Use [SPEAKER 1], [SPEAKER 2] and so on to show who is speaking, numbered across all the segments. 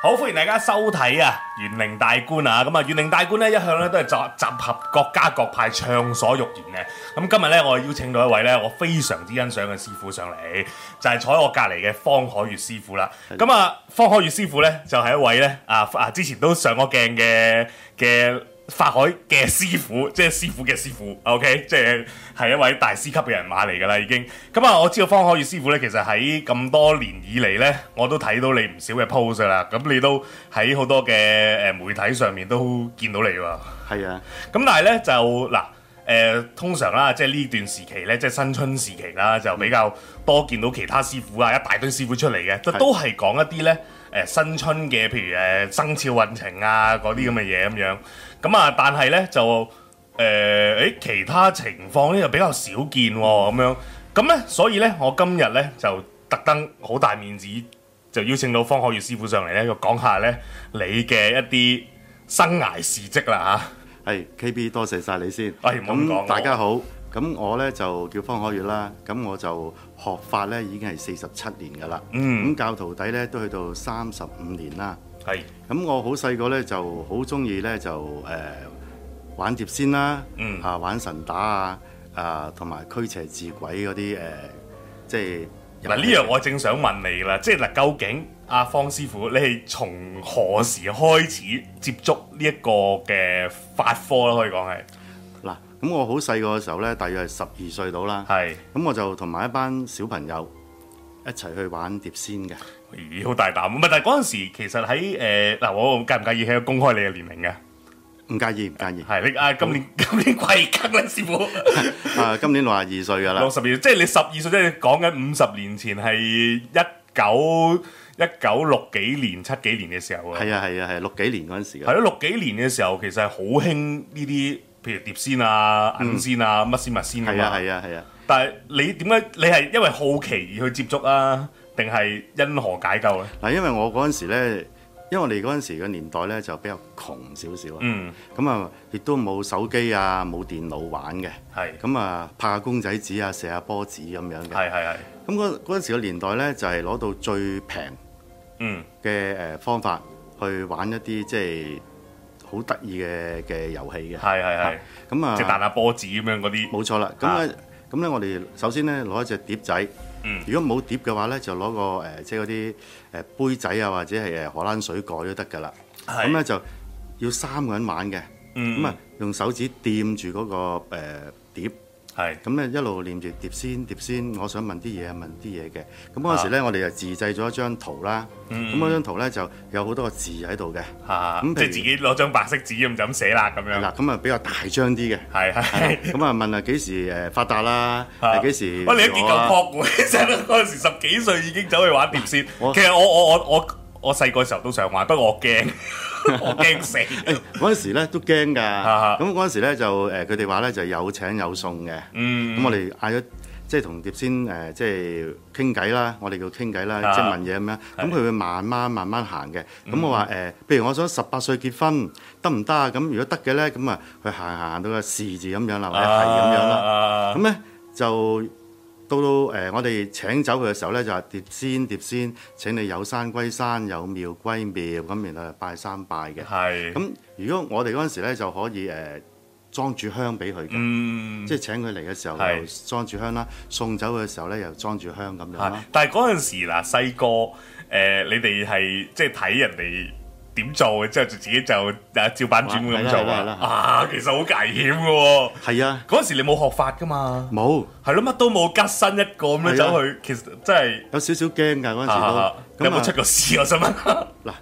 [SPEAKER 1] 好，歡迎大家收睇啊！玄靈大觀啊，咁啊，玄靈大觀咧一向咧都係集集合各家各派暢所欲言嘅。咁今日咧，我邀請到一位咧，我非常之欣賞嘅師傅上嚟，就係、坐喺我隔離嘅方海月師傅啦。咁啊，方海月師傅咧就係、一位咧啊啊，之前都上過鏡嘅嘅。法海嘅師傅，即係師傅嘅師傅，OK，即係係一位大師級嘅人馬嚟㗎啦，已經。咁啊，我知道方海宇師傅咧，其實喺咁多年以嚟咧，我都睇到你唔少嘅 post 啦。咁你都喺好多嘅誒媒體上面都見到你喎。
[SPEAKER 2] 係啊，
[SPEAKER 1] 咁但係咧就嗱誒、呃通常啦，即係呢段時期咧，即係新春時期啦，就比較多見到其他師傅啊，一大堆師傅出嚟嘅，都
[SPEAKER 2] 係
[SPEAKER 1] 都係講一啲咧誒新春嘅，譬如誒、呃生肖運程啊嗰啲咁嘅嘢咁樣。咁啊，但係咧就誒誒、誒其他情況咧就比較少見喎、咁樣。咁咧，所以咧，我今日咧就特登好大面子，就邀請到方海月師傅上嚟咧，就講下咧你嘅一啲生涯事蹟啦嚇。
[SPEAKER 2] 係 KB 多謝晒你先。
[SPEAKER 1] 哎唔好咁講
[SPEAKER 2] 大家好，咁我呢就叫方可月啦，咁我就學法呢已經係四十七年㗎啦。
[SPEAKER 1] 嗯
[SPEAKER 2] 咁教徒弟呢都去到三十五年啦。
[SPEAKER 1] 係
[SPEAKER 2] 咁我好細個呢就好中意呢就誒、呃玩碟仙啦，
[SPEAKER 1] 嗯
[SPEAKER 2] 啊玩神打啊，啊同埋驅邪治鬼嗰啲誒，即係
[SPEAKER 1] 嗱，呢樣我正想問你啦，即係嗱，究竟阿方師傅，你係從何時開始接觸呢一個嘅法科啦？可以講係
[SPEAKER 2] 嗱，咁我好細個嘅時候呢，大約係十二歲到啦。
[SPEAKER 1] 係，
[SPEAKER 2] 咁我就同埋一班小朋友一齊去玩碟仙嘅。
[SPEAKER 1] 咦，好大膽！唔係，但係嗰陣時其實喺誒嗱，我介唔介意喺度公開你嘅年齡嘅？
[SPEAKER 2] 唔介意，唔介意。
[SPEAKER 1] 係你啊，今年 今年貴庚咧，師傅
[SPEAKER 2] 啊，今年六廿二歲㗎
[SPEAKER 1] 六
[SPEAKER 2] 啦，
[SPEAKER 1] 十年，即係你十二歲，即係講緊五十年前係一九一九六幾年、七幾年嘅時候啊。
[SPEAKER 2] 係啊係啊係啊六幾年嗰陣時
[SPEAKER 1] 係
[SPEAKER 2] 嘅，
[SPEAKER 1] 咯，六幾年嘅時候其實係好興呢啲，譬如碟仙啊、銀仙啊、乜仙物仙㗎
[SPEAKER 2] 嗯係啊
[SPEAKER 1] 嘛。
[SPEAKER 2] 係啊係啊，
[SPEAKER 1] 但係你點解你係因為好奇而去接觸啊，定係因何解救咧？啊
[SPEAKER 2] 嗱，因為我嗰陣時咧，因為我哋嗰陣時嘅年代咧就比較窮少少啊，
[SPEAKER 1] 嗯，
[SPEAKER 2] 咁啊亦都冇手機啊，冇電腦玩嘅，
[SPEAKER 1] 係
[SPEAKER 2] 咁啊拍下公仔紙啊，射下波子咁樣嘅，
[SPEAKER 1] 係係係，
[SPEAKER 2] 咁嗰嗰陣時嘅年代咧就係攞到最平
[SPEAKER 1] 嗯
[SPEAKER 2] 嘅誒方法去玩一啲即係好得意嘅嘅遊戲嘅，
[SPEAKER 1] 係係
[SPEAKER 2] 咁
[SPEAKER 1] 係，
[SPEAKER 2] 啊
[SPEAKER 1] 即係彈下波子咁樣嗰啲。
[SPEAKER 2] 冇錯啦，咁咧咁咧，我哋首先咧攞一隻碟仔。
[SPEAKER 1] 嗯
[SPEAKER 2] 如果冇碟嘅話咧，就攞個誒、呃即係嗰啲誒杯仔啊，或者係誒荷蘭水蓋都得㗎啦。
[SPEAKER 1] 係
[SPEAKER 2] 咁咧就要三個人玩嘅，
[SPEAKER 1] 嗯
[SPEAKER 2] 咁啊、用手指掂住嗰、個、呃、碟，
[SPEAKER 1] 係
[SPEAKER 2] 咁咧一路念住碟仙碟仙，我想問啲嘢問啲嘢嘅。咁嗰陣
[SPEAKER 1] 啊
[SPEAKER 2] 時咧，我哋就自製咗一張圖啦。
[SPEAKER 1] 嗯
[SPEAKER 2] 咁嗰、張圖咧就有好多個字喺度嘅，
[SPEAKER 1] 嚇，
[SPEAKER 2] 咁譬如
[SPEAKER 1] 即係自己攞張白色紙咁就咁寫啦咁樣。
[SPEAKER 2] 嗱咁啊比較大張 啲嘅。
[SPEAKER 1] 係係。
[SPEAKER 2] 咁啊問啊幾時誒發達啦？
[SPEAKER 1] 啊
[SPEAKER 2] 誒幾時
[SPEAKER 1] 喂，你都
[SPEAKER 2] 咗
[SPEAKER 1] 結
[SPEAKER 2] 啊
[SPEAKER 1] 夠撲嘅，真係嗰陣時十幾歲已經走去玩碟仙。
[SPEAKER 2] 我
[SPEAKER 1] 其實我我我我我細個時候都想玩，不過我 驚，我驚死。
[SPEAKER 2] 嗰陣時咧都驚㗎，
[SPEAKER 1] 啊
[SPEAKER 2] 咁嗰陣時咧就誒佢哋話咧就有請有送嘅，咁、
[SPEAKER 1] 嗯
[SPEAKER 2] 我哋嗌咗即係同碟仙誒即係傾偈啦，我哋叫傾偈啦，
[SPEAKER 1] 啊嗯
[SPEAKER 2] 即係問嘢咁樣，咁佢會慢慢慢慢行嘅，咁我話誒，譬、如我想十八歲結婚得唔得啊？咁如果得嘅咧，咁啊佢行行行到個是字咁樣啦，或者
[SPEAKER 1] 啊
[SPEAKER 2] 係咁樣啦，
[SPEAKER 1] 啦
[SPEAKER 2] 咁咧、就。到到誒、我哋請走佢嘅時候咧，就話碟仙碟仙，請你有山歸山，有廟歸廟，咁然後就拜三拜嘅。
[SPEAKER 1] 係咁，
[SPEAKER 2] 咁如果我哋嗰陣時咧就可以誒、呃裝住香俾佢嘅，
[SPEAKER 1] 嗯，
[SPEAKER 2] 即係請佢嚟嘅時候
[SPEAKER 1] 係
[SPEAKER 2] 又裝住香啦，送走嘅時候咧又裝住香咁樣
[SPEAKER 1] 係
[SPEAKER 2] 啦。
[SPEAKER 1] 但係嗰陣時嗱，細個誒，你哋係即係睇人哋點做，之後就自己就誒照板轉碗咁做
[SPEAKER 2] 係啦係啦
[SPEAKER 1] 啊
[SPEAKER 2] 係啦
[SPEAKER 1] 啊，其實好危險嘅喎。
[SPEAKER 2] 係啊，
[SPEAKER 1] 嗰陣時你冇學法㗎嘛，
[SPEAKER 2] 冇
[SPEAKER 1] 係咯，乜都冇，吉身一個咁樣
[SPEAKER 2] 係啊
[SPEAKER 1] 走去，其實真係。
[SPEAKER 2] 有少少驚㗎嗰陣
[SPEAKER 1] 啊
[SPEAKER 2] 時都。
[SPEAKER 1] 有冇出
[SPEAKER 2] 啊
[SPEAKER 1] 過事？我想問。
[SPEAKER 2] 嗱？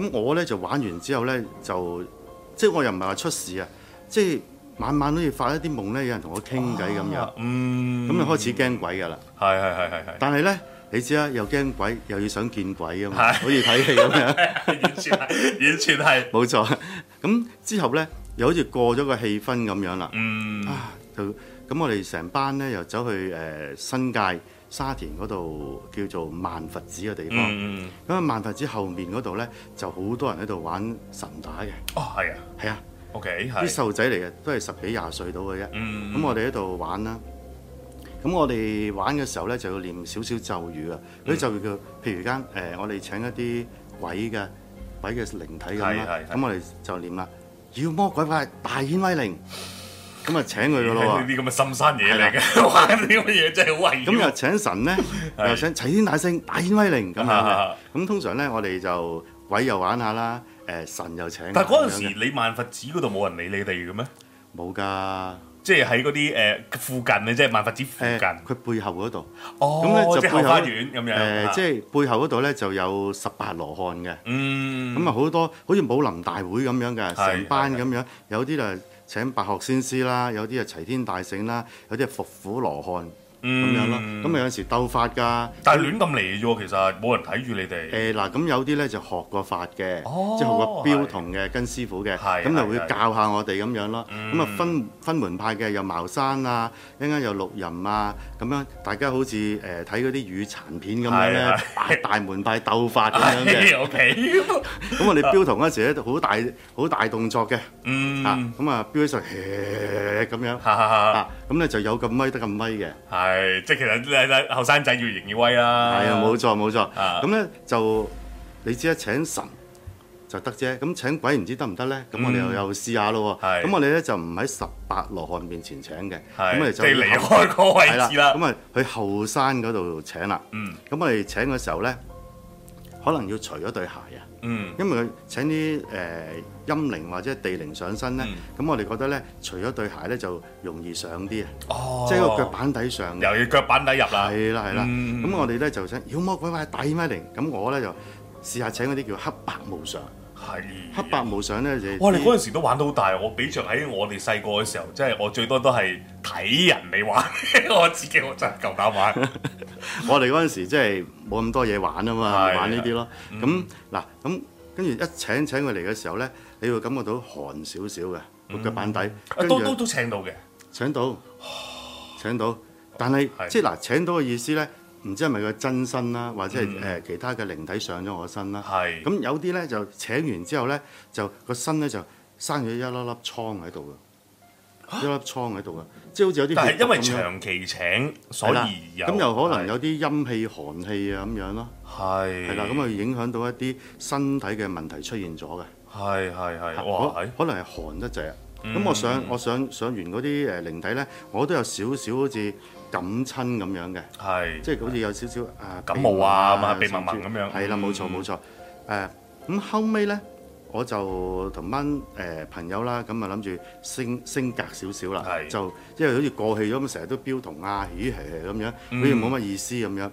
[SPEAKER 2] 咁我咧就玩完之後咧就即係我又唔係話出事啊，即係晚晚都要發一啲夢咧，有人同我傾偈咁樣，
[SPEAKER 1] 嗯，
[SPEAKER 2] 咁啊就開始驚鬼㗎啦。
[SPEAKER 1] 係係係係 係
[SPEAKER 2] 但係咧，你知啦，又驚鬼又要想見鬼啊嘛，
[SPEAKER 1] 係
[SPEAKER 2] 好似睇戲咁樣。
[SPEAKER 1] 係，完全係，完全係，
[SPEAKER 2] 冇錯。咁之後呢，又好似過咗個氣氛咁樣啦。
[SPEAKER 1] 嗯，
[SPEAKER 2] 啊，就咁我哋成班呢，又走去誒、呃新界沙田嗰度叫做萬佛寺嘅地方。咁
[SPEAKER 1] 嗯，
[SPEAKER 2] 啊、萬佛寺後面嗰度呢，就好多人喺度玩神打嘅，
[SPEAKER 1] 哦，係啊
[SPEAKER 2] 係啊，
[SPEAKER 1] ，OK，
[SPEAKER 2] 啲
[SPEAKER 1] 係，
[SPEAKER 2] 細路仔嚟嘅，都係十幾廿歲到嘅啫。
[SPEAKER 1] 嗯，
[SPEAKER 2] 咁我哋喺度玩啦。咁我哋玩嘅時候咧，就要
[SPEAKER 1] 嗯
[SPEAKER 2] 念少少咒語啊。嗰啲咒語叫，譬如間誒、呃我哋請一啲鬼嘅鬼嘅靈體咁啦
[SPEAKER 1] 係係係。
[SPEAKER 2] 咁我哋就念啦，妖魔鬼怪大顯威靈，咁啊請佢噶咯
[SPEAKER 1] 呢
[SPEAKER 2] 喎。
[SPEAKER 1] 啲咁嘅深山野嚟嘅， 玩呢啲咁嘅嘢真係好危
[SPEAKER 2] 咁
[SPEAKER 1] 險。
[SPEAKER 2] 又請神咧，
[SPEAKER 1] 係
[SPEAKER 2] 又請齊天大聖大顯威靈咁樣嘅
[SPEAKER 1] 啊。
[SPEAKER 2] 咁通常咧，我哋就鬼又玩下啦，誒神又請下咁樣嘅。
[SPEAKER 1] 但係嗰陣時，你萬佛寺嗰度冇人理你哋嘅咩？
[SPEAKER 2] 冇㗎。
[SPEAKER 1] 即係喺嗰啲誒附近嘅啫，萬佛寺附
[SPEAKER 2] 誒，
[SPEAKER 1] 近。
[SPEAKER 2] 佢背後嗰度，
[SPEAKER 1] 哦，
[SPEAKER 2] 咁咧
[SPEAKER 1] 即係
[SPEAKER 2] 就背後
[SPEAKER 1] 後花園咁樣。啊
[SPEAKER 2] 誒，即係背後嗰度咧就有十八羅漢嘅。
[SPEAKER 1] 嗯，
[SPEAKER 2] 咁啊好多好似武林大會咁樣嘅，
[SPEAKER 1] 係
[SPEAKER 2] 成班咁樣，有啲就請白鶴仙師啦，有啲啊齊天大聖啦，有啲係伏虎羅漢咁樣咯。咁啊有時鬥法㗎。
[SPEAKER 1] 嗯但係亂咁嚟嘅啫喎，其實冇人睇住你 哋。
[SPEAKER 2] 誒嗱，咁有啲咧就學過法嘅，
[SPEAKER 1] 哦
[SPEAKER 2] 即係學過標同嘅，跟師傅嘅，
[SPEAKER 1] 係
[SPEAKER 2] 咁
[SPEAKER 1] 係
[SPEAKER 2] 就會
[SPEAKER 1] 係嗯
[SPEAKER 2] 教下我哋咁樣咯。咁啊分分門派嘅，有茅山啊，一陣間有六壬啊，咁樣大家好似誒睇嗰啲雨殘片咁樣
[SPEAKER 1] 係
[SPEAKER 2] 咧
[SPEAKER 1] 係，
[SPEAKER 2] 八大門派鬥法咁
[SPEAKER 1] 哎
[SPEAKER 2] 樣嘅。
[SPEAKER 1] O K，
[SPEAKER 2] 咁我哋標同嗰時咧，好大好大動作嘅，啊
[SPEAKER 1] 嗯，
[SPEAKER 2] 咁啊標起上嚟咁樣，
[SPEAKER 1] 哈哈哈，
[SPEAKER 2] 啊咁咧就有咁威得咁威嘅，
[SPEAKER 1] 係即係其實你後生仔要型要威啦。
[SPEAKER 2] 係啊冇錯冇錯，
[SPEAKER 1] 啊
[SPEAKER 2] 咁咧就你知啦，啊請神就得啫，咁請鬼唔知得唔得咧？咁我哋又
[SPEAKER 1] 嗯
[SPEAKER 2] 又試下咯
[SPEAKER 1] 係
[SPEAKER 2] 喎，咁我哋咧就唔喺十八羅漢面前請嘅，咁
[SPEAKER 1] 係
[SPEAKER 2] 我哋
[SPEAKER 1] 即
[SPEAKER 2] 就
[SPEAKER 1] 係離開個位
[SPEAKER 2] 係啦，
[SPEAKER 1] 置啦。
[SPEAKER 2] 咁啊去後山嗰度請啦，
[SPEAKER 1] 嗯
[SPEAKER 2] 咁我哋請嘅時候咧，可能要除咗對鞋啊。
[SPEAKER 1] 嗯，
[SPEAKER 2] 因為佢請啲誒、陰靈或者地靈上身咧，
[SPEAKER 1] 嗯
[SPEAKER 2] 咁、我哋覺得咧，除咗對鞋咧就容易上啲啊，
[SPEAKER 1] 哦，
[SPEAKER 2] 即係個腳板底上嘅。
[SPEAKER 1] 又要腳板底入啦。
[SPEAKER 2] 係啦係啦，咁、
[SPEAKER 1] 嗯
[SPEAKER 2] 我哋咧就請妖魔鬼怪大咩靈，咁我咧就試下請嗰啲叫黑白無常。
[SPEAKER 1] 係啊
[SPEAKER 2] 黑白無常咧就
[SPEAKER 1] 哇！你嗰陣時都玩到好大，我比着喺我哋細個嘅時候，即係我最多都係睇人哋玩， 我自己我真係夠膽玩。
[SPEAKER 2] 我哋嗰陣時即係冇咁多嘢玩啊嘛，
[SPEAKER 1] 係嗯
[SPEAKER 2] 玩呢啲咯。咁嗱咁跟住一請請佢嚟嘅時候咧，你會感覺到寒少少嘅個腳板底，跟住
[SPEAKER 1] 嗯啊都都都請到嘅，
[SPEAKER 2] 請到，請到，但係
[SPEAKER 1] 係
[SPEAKER 2] 即係嗱請到嘅意思咧，唔知係咪佢真身啦，或者係誒、
[SPEAKER 1] 嗯
[SPEAKER 2] 呃其他嘅靈體上咗我身啦。
[SPEAKER 1] 係
[SPEAKER 2] 咁有啲咧就請完之後咧，就個身咧就生咗一粒粒瘡喺度嘅，一粒瘡喺度嘅，即係好似有啲
[SPEAKER 1] 但
[SPEAKER 2] 血
[SPEAKER 1] 係
[SPEAKER 2] 毒
[SPEAKER 1] 因為
[SPEAKER 2] 咁樣
[SPEAKER 1] 長期請，所
[SPEAKER 2] 係啦
[SPEAKER 1] 以有
[SPEAKER 2] 咁又可能有啲陰氣、寒氣啊咁樣咯，
[SPEAKER 1] 係
[SPEAKER 2] 係啦，咁啊影響到一啲身體嘅問題出現咗嘅。
[SPEAKER 1] 係係係，哇
[SPEAKER 2] 可
[SPEAKER 1] 係嗯
[SPEAKER 2] 可能係寒得滯啊！咁我上我上上完嗰啲誒靈體咧，我都有少少好似感親咁樣嘅，
[SPEAKER 1] 係
[SPEAKER 2] 即係好似有少少啊
[SPEAKER 1] 感冒啊嘛鼻
[SPEAKER 2] 甚
[SPEAKER 1] 濛濛
[SPEAKER 2] 至
[SPEAKER 1] 咁樣
[SPEAKER 2] 係啦，冇錯
[SPEAKER 1] 嗯
[SPEAKER 2] 冇錯。誒咁後尾咧，我就同班誒朋友啦，咁啊諗住升升格少少啦
[SPEAKER 1] 係，
[SPEAKER 2] 就因為好似過氣咗咁，成日都標同啊、咦嘿嘿咁樣，好似冇乜意思咁樣。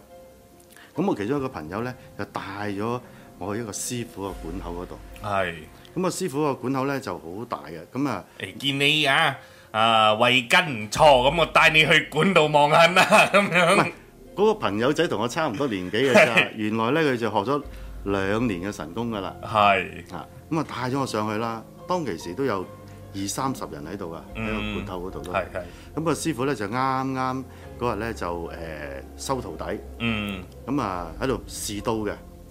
[SPEAKER 2] 咁我其中一個朋友咧，就帶咗我去一個師傅嘅館口嗰度。
[SPEAKER 1] 係。
[SPEAKER 2] 咁啊，師傅個管口咧就好大嘅，咁啊，
[SPEAKER 1] 誒見你啊啊慧根唔錯，咁我帶你去管度望下啦，咁樣
[SPEAKER 2] 嗰、個朋友仔同我差唔多年紀嘅咋，原來咧佢就學咗兩年嘅神功噶啦，
[SPEAKER 1] 係
[SPEAKER 2] 啊，咁啊帶咗我上去啦，當其時都有二三十人喺度啊，喺個管口嗰度都，
[SPEAKER 1] 係係
[SPEAKER 2] 咁個師傅咧就啱啱嗰日咧就誒、呃收徒弟，
[SPEAKER 1] 嗯
[SPEAKER 2] 咁啊喺度試刀嘅，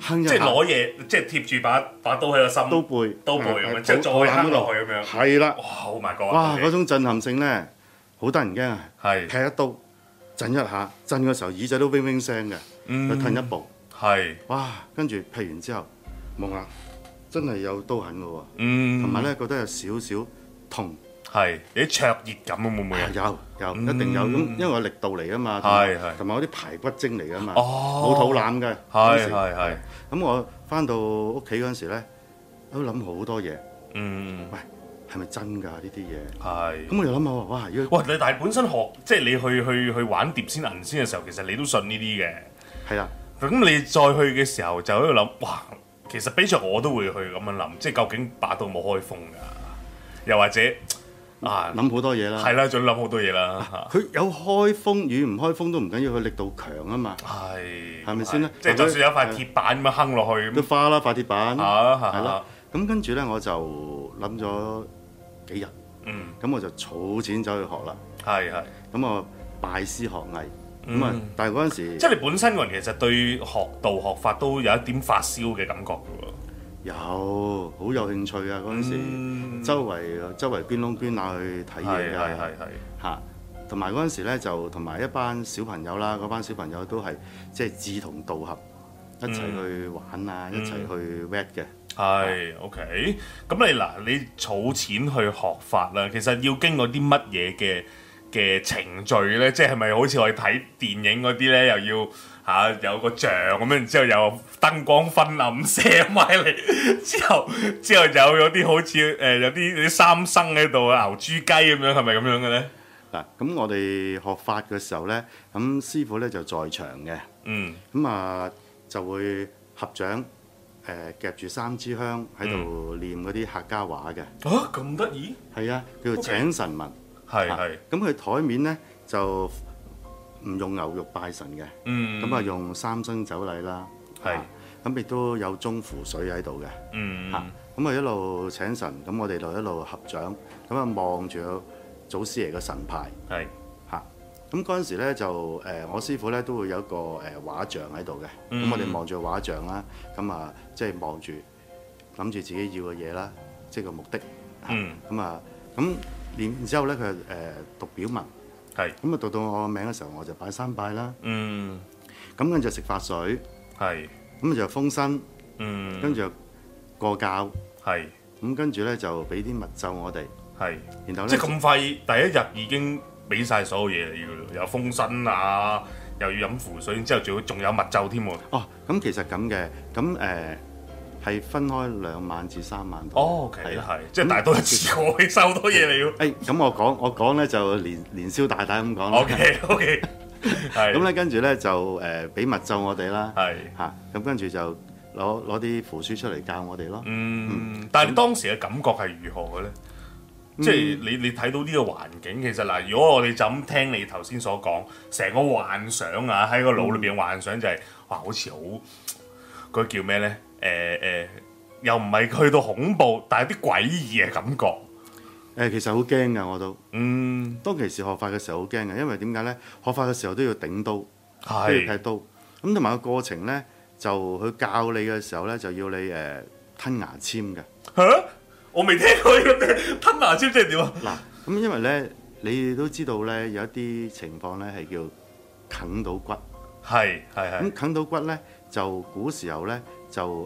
[SPEAKER 2] 哼一
[SPEAKER 1] 即係
[SPEAKER 2] 下
[SPEAKER 1] 攞嘢，即係貼住把把刀喺個心
[SPEAKER 2] 刀背，
[SPEAKER 1] 刀背
[SPEAKER 2] 啊
[SPEAKER 1] 咁樣
[SPEAKER 2] 啊
[SPEAKER 1] 即係再
[SPEAKER 2] 肚腩
[SPEAKER 1] 哼落去咁樣
[SPEAKER 2] 係啦
[SPEAKER 1] 哇，好埋個
[SPEAKER 2] 哇！嗰種震撼性咧，好得人驚啊！
[SPEAKER 1] 係
[SPEAKER 2] 劈一刀，震一下，震嘅時候耳仔都嗡嗡聲嘅，就褪一步，
[SPEAKER 1] 嗯係
[SPEAKER 2] 哇！跟住劈完之後，冇啦，真係有刀痕嘅喎，同
[SPEAKER 1] 嗯
[SPEAKER 2] 埋咧覺得有少少痛，
[SPEAKER 1] 係有啲灼熱感啊會唔會啊？
[SPEAKER 2] 有有一定有咁，因為我力度嚟啊嘛，同
[SPEAKER 1] 係
[SPEAKER 2] 埋
[SPEAKER 1] 係
[SPEAKER 2] 同埋我啲排骨精嚟啊嘛，
[SPEAKER 1] 哦
[SPEAKER 2] 冇肚腩嘅，
[SPEAKER 1] 係
[SPEAKER 2] 當時
[SPEAKER 1] 係係，
[SPEAKER 2] 咁我翻到屋企嗰陣時咧，都諗好多嘢，
[SPEAKER 1] 嗯
[SPEAKER 2] 喂，係咪真㗎呢啲嘢？
[SPEAKER 1] 係。
[SPEAKER 2] 咁我又諗下喎，哇！如果
[SPEAKER 1] 哇！你但係本身學即係你去去去玩碟仙銀仙嘅時候，其實你都信呢啲嘅。
[SPEAKER 2] 係啦。
[SPEAKER 1] 咁你再去嘅時候就喺度諗，哇！其實比着我都會去咁樣諗，即係究竟把刀冇開封㗎，又或者啊，
[SPEAKER 2] 諗好多嘢啦
[SPEAKER 1] 係，啦，仲諗好多嘢啦，
[SPEAKER 2] 佢有開封與唔開封都唔緊要，佢力度強啊嘛。
[SPEAKER 1] 係
[SPEAKER 2] 係咪先咧
[SPEAKER 1] 即係就算有一塊鐵板咁樣坑落去
[SPEAKER 2] 都
[SPEAKER 1] 咁，
[SPEAKER 2] 花啦，發鐵板，
[SPEAKER 1] 啊
[SPEAKER 2] 係
[SPEAKER 1] 係
[SPEAKER 2] 啦
[SPEAKER 1] 啦，。
[SPEAKER 2] 咁跟住咧我就諗咗幾日，
[SPEAKER 1] 嗯，
[SPEAKER 2] 咁我就儲錢走去學啦。
[SPEAKER 1] 係係，
[SPEAKER 2] 咁我拜師學藝，咁啊
[SPEAKER 1] 嗯，
[SPEAKER 2] 但係嗰陣時
[SPEAKER 1] 即係你本身個人其實對學道學法都有一點發燒嘅感覺嘅喎。
[SPEAKER 2] 有好有興趣啊！嗰陣時
[SPEAKER 1] 嗯
[SPEAKER 2] 周圍呃周圍捐窿捐罅去睇嘢
[SPEAKER 1] 係係係
[SPEAKER 2] 㗎
[SPEAKER 1] 係，
[SPEAKER 2] 嚇，同埋嗰陣時咧就同埋一班小朋友啦，嗰班小朋友都係即係志同道合，一
[SPEAKER 1] 嗯
[SPEAKER 2] 齊去玩啊，一齊去 wet 嘅。
[SPEAKER 1] 係 OK。咁你嗱，你儲錢去學法啦，其實要經過啲乜嘢嘅嘅程序咧？即係咪好似我哋睇電影嗰啲咧，又要嚇、有個像咁樣，然之後又燈光昏暗射埋嚟， 之後之後有有啲好似誒、呃有啲有啲三生喺度啊，牛豬雞咁樣，係咪咁樣嘅咧？
[SPEAKER 2] 嗱，咁我哋學法嘅時候咧，咁師傅咧就在場嘅，
[SPEAKER 1] 嗯
[SPEAKER 2] 咁啊就會合掌，誒、夾住三支香喺
[SPEAKER 1] 嗯
[SPEAKER 2] 度念嗰啲客家話嘅，
[SPEAKER 1] 啊咁得意，
[SPEAKER 2] 係啊，叫做
[SPEAKER 1] OK
[SPEAKER 2] 請神文。
[SPEAKER 1] 係
[SPEAKER 2] 啊
[SPEAKER 1] 係，
[SPEAKER 2] 咁佢台面咧就唔用牛肉拜神嘅，
[SPEAKER 1] 嗯
[SPEAKER 2] 咁啊用三生酒禮啦，
[SPEAKER 1] 係
[SPEAKER 2] 啊咁亦都有中符水喺度嘅，
[SPEAKER 1] 嗯
[SPEAKER 2] 嚇咁啊一路請神，咁我哋就一路合掌，咁啊望住個祖師爺嘅神牌。
[SPEAKER 1] 係
[SPEAKER 2] 嚇。咁嗰陣時咧就誒、我師傅咧都會有一個誒、畫像喺度嘅。咁、
[SPEAKER 1] 嗯
[SPEAKER 2] 我哋望住個畫像啦，咁啊即係望住諗住自己要嘅嘢啦，即係個目的。
[SPEAKER 1] 嗯
[SPEAKER 2] 咁啊咁然之後咧佢誒讀表文，
[SPEAKER 1] 係
[SPEAKER 2] 咁啊讀到我名嘅時候我就拜三拜啦。
[SPEAKER 1] 嗯
[SPEAKER 2] 咁跟住就食法水，
[SPEAKER 1] 係
[SPEAKER 2] 咁啊就封身，
[SPEAKER 1] 嗯
[SPEAKER 2] 跟住就過教，
[SPEAKER 1] 係
[SPEAKER 2] 咁跟住咧就俾啲密咒我哋，
[SPEAKER 1] 係。
[SPEAKER 2] 然後
[SPEAKER 1] 即
[SPEAKER 2] 咧
[SPEAKER 1] 係咁快，第一日已經俾晒所有嘢你要，有封身啊，又要飲符水，然之後仲要仲有密咒添喎。
[SPEAKER 2] 哦，咁其實咁嘅，咁誒係分開兩晚至三晚到嘅。
[SPEAKER 1] 哦，OK，
[SPEAKER 2] 係啊
[SPEAKER 1] 係，即係大多一次過，收好多嘢你要。
[SPEAKER 2] 誒咁我講我講咧就連連消大膽咁講啦。
[SPEAKER 1] OK，OK，係。
[SPEAKER 2] 嗯咁咧跟住咧就誒俾密咒我哋啦，
[SPEAKER 1] 係
[SPEAKER 2] 嚇咁跟住就攞攞啲符書出嚟教我哋咯。
[SPEAKER 1] 嗯，但係你當時嘅感覺係如何嘅咧？即係你你睇到呢個環境，其實嗱，如果我哋就咁聽你頭先所講，成個幻想啊喺個腦裏邊幻想就係、哇，好似好嗰個叫咩咧？誒、誒、又唔係去到恐怖，但係啲詭異嘅感覺。
[SPEAKER 2] 誒其實好驚㗎，我都
[SPEAKER 1] 嗯，
[SPEAKER 2] 當其時學法嘅時候好驚嘅，因為點解咧？學法嘅時候都要頂刀，都要
[SPEAKER 1] 係
[SPEAKER 2] 劈刀。咁同埋個過程咧，就佢教你嘅時候咧，就要你誒吞牙籤嘅。
[SPEAKER 1] 嚇，我未聽過呢個 吞牙籤即係點啊？
[SPEAKER 2] 嗱，咁因為咧，你都知道咧，有一啲情況咧係叫啃到骨。
[SPEAKER 1] 係係係
[SPEAKER 2] 咁啃到骨咧，就古時候咧就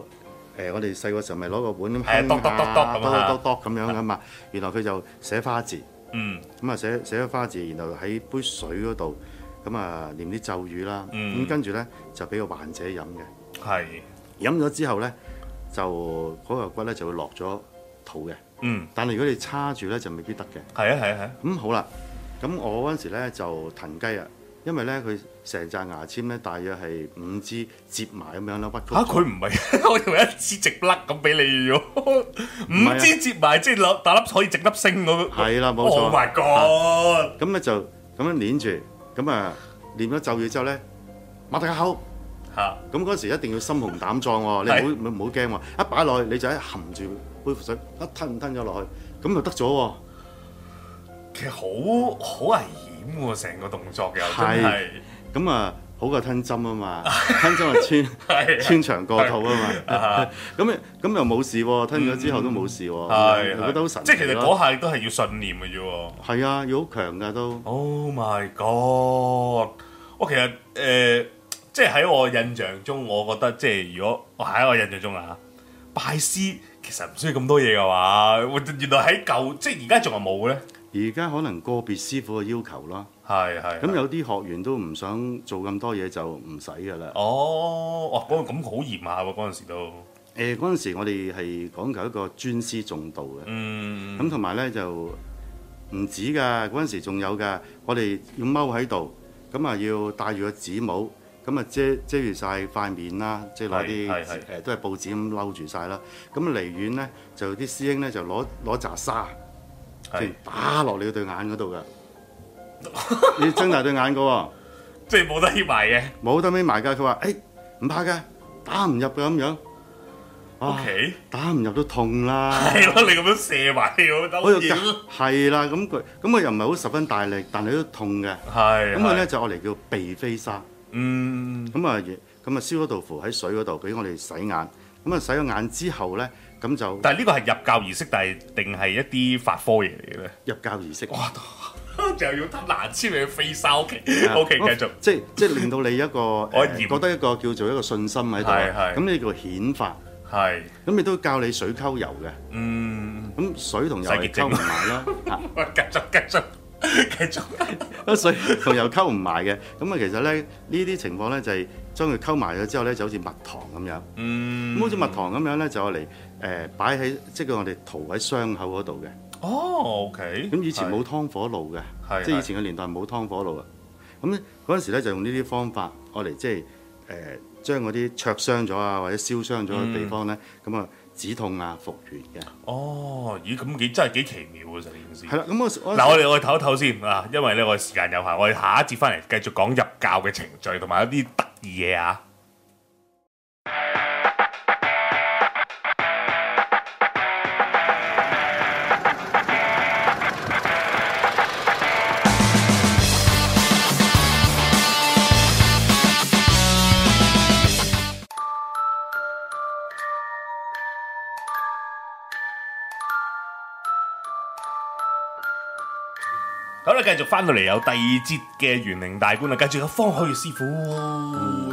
[SPEAKER 2] 誒、我哋細個時候咪攞個碗咁
[SPEAKER 1] 係啊
[SPEAKER 2] 敲
[SPEAKER 1] 篤篤篤篤咁啊
[SPEAKER 2] 篤篤篤咁樣噶嘛。原來佢就寫花字，
[SPEAKER 1] 嗯
[SPEAKER 2] 咁啊寫寫咗花字，然後喺杯水嗰度咁啊念啲咒語啦。咁、
[SPEAKER 1] 嗯
[SPEAKER 2] 跟住咧就俾個患者飲嘅，
[SPEAKER 1] 係
[SPEAKER 2] 飲咗之後咧就嗰個骨咧就會落咗肚嘅。
[SPEAKER 1] 嗯
[SPEAKER 2] 但係如果你叉住咧就未必得嘅。
[SPEAKER 1] 係啊係啊係啊
[SPEAKER 2] 咁好啦，咁我嗰陣時咧就騰雞啊，因為咧佢成扎牙籤咧大約係五支接埋咁樣啦，屈曲
[SPEAKER 1] 嚇佢唔係， 我以為一支直粒咁俾你咗，
[SPEAKER 2] 係啊
[SPEAKER 1] 五支接埋，即係粒大粒可以直粒升嗰個。
[SPEAKER 2] 係啦，冇
[SPEAKER 1] Oh
[SPEAKER 2] 錯。
[SPEAKER 1] my god！
[SPEAKER 2] 咁咧就咁樣捏住，咁啊念咗咒語之後咧，擘大個口。
[SPEAKER 1] 嚇
[SPEAKER 2] 咁嗰時一定要心雄膽壯喎，你唔好唔好驚喎，一擺落去你就一含住杯符水，一吞吞咗落去，咁就得咗喎。
[SPEAKER 1] 其實好好危險喎，成個動作又真係
[SPEAKER 2] 咁啊好過吞針 啊嘛，吞針啊
[SPEAKER 1] 係
[SPEAKER 2] 穿穿牆過肚啊嘛。
[SPEAKER 1] 啊
[SPEAKER 2] 咁咁又冇事喎，吞咗之後都冇事喎，
[SPEAKER 1] 嗯係
[SPEAKER 2] 哦我覺得好神
[SPEAKER 1] 即
[SPEAKER 2] 奇
[SPEAKER 1] 係其實
[SPEAKER 2] 咯
[SPEAKER 1] 嗰下都係要信念嘅啫喎。
[SPEAKER 2] 係啊，要好強噶都。
[SPEAKER 1] Oh my god！我其實誒、呃即係喺我印象中，我覺得即係如果我喺我印象中啊，拜師其實唔需要咁多嘢嘅話，我原來喺舊即係而家仲係冇嘅咧。
[SPEAKER 2] 而家可能個別師傅嘅要求啦，
[SPEAKER 1] 係係。
[SPEAKER 2] 咁
[SPEAKER 1] 咁
[SPEAKER 2] 有啲學員都唔想做咁多嘢就唔使噶啦。
[SPEAKER 1] 哦，哇！嗰咁好嚴下喎，嗰陣時都
[SPEAKER 2] 誒嗰陣時我哋係講究一個尊師重道嘅，
[SPEAKER 1] 嗯
[SPEAKER 2] 咁同埋咧就唔止㗎，嗰陣時仲有㗎，我哋要踎喺度，咁啊要戴住個紙帽。咁啊遮遮住晒塊面啦，即係攞
[SPEAKER 1] 係係
[SPEAKER 2] 啲
[SPEAKER 1] 係
[SPEAKER 2] 誒都係報紙咁摟住晒啦。咁離遠咧就啲師兄咧就攞攞扎沙，
[SPEAKER 1] 係
[SPEAKER 2] 即打落你對眼嗰 度㗎。你要睜大對眼㗎喎。
[SPEAKER 1] 即係冇得協埋嘅。
[SPEAKER 2] 冇得尾埋㗎，佢話：誒唔怕㗎，打唔入㗎咁樣。啊
[SPEAKER 1] OK
[SPEAKER 2] 打唔入都痛 啦。
[SPEAKER 1] 係咯，你咁樣射埋我都
[SPEAKER 2] 我又
[SPEAKER 1] 要，
[SPEAKER 2] 係啦，咁佢咁佢又唔係好十分大力，但係都痛嘅。
[SPEAKER 1] 係
[SPEAKER 2] 咁佢咧，就我嚟叫鼻飛沙，
[SPEAKER 1] 嗯，
[SPEAKER 2] 咁啊咁啊燒咗道符喺水嗰度俾我哋洗眼，咁啊洗咗眼之後咧，咁就
[SPEAKER 1] 但係呢個係入教儀式，但係定係一啲法科嘢嚟嘅咧？
[SPEAKER 2] 入教儀式。
[SPEAKER 1] 哇， 就要得難簽你飛沙屋企
[SPEAKER 2] 啊
[SPEAKER 1] ，OK，
[SPEAKER 2] 咁
[SPEAKER 1] 繼續，
[SPEAKER 2] 即即令到你一個
[SPEAKER 1] 我
[SPEAKER 2] 誒
[SPEAKER 1] 嫌
[SPEAKER 2] 覺得一個叫做一個信心喺度
[SPEAKER 1] 係
[SPEAKER 2] 啊，
[SPEAKER 1] 係
[SPEAKER 2] 咁呢叫顯化。
[SPEAKER 1] 係，
[SPEAKER 2] 咁亦都教你水溝油嘅，
[SPEAKER 1] 嗯，
[SPEAKER 2] 咁水同油
[SPEAKER 1] 洗
[SPEAKER 2] 係
[SPEAKER 1] 潔
[SPEAKER 2] 溝
[SPEAKER 1] 精
[SPEAKER 2] 唔埋啦， 嚇
[SPEAKER 1] 喂繼續，繼續， 繼續，
[SPEAKER 2] 咁啊水同油溝唔埋嘅，咁啊其實咧呢啲情況咧就係將佢溝埋咗之後咧就好似蜜糖咁樣，
[SPEAKER 1] 嗯
[SPEAKER 2] 咁好似蜜糖咁樣咧就嚟誒擺喺即係我哋塗喺傷口嗰度嘅，
[SPEAKER 1] 哦，OK，
[SPEAKER 2] 咁以前冇湯火爐嘅。
[SPEAKER 1] 係，
[SPEAKER 2] 即係以
[SPEAKER 1] 係
[SPEAKER 2] 前嘅年代冇湯火爐啊。咁咧嗰陣時咧就用呢啲方法，我嚟即係誒、呃、將嗰啲灼傷咗啊或者燒傷咗嘅地方咧，
[SPEAKER 1] 嗯
[SPEAKER 2] 咁啊、止痛啊復原嘅。
[SPEAKER 1] 哦，咦，咁幾真係幾奇妙喎，成件事。
[SPEAKER 2] 係啦，咁我我
[SPEAKER 1] 嗱，我哋我哋唞一唞先啊，因為咧我哋時間有限，我哋下一節翻嚟繼續講入教嘅程序同埋一啲得意嘢啊。好啦，繼續翻到嚟有第二節嘅元靈大觀啦，繼續有方許師傅。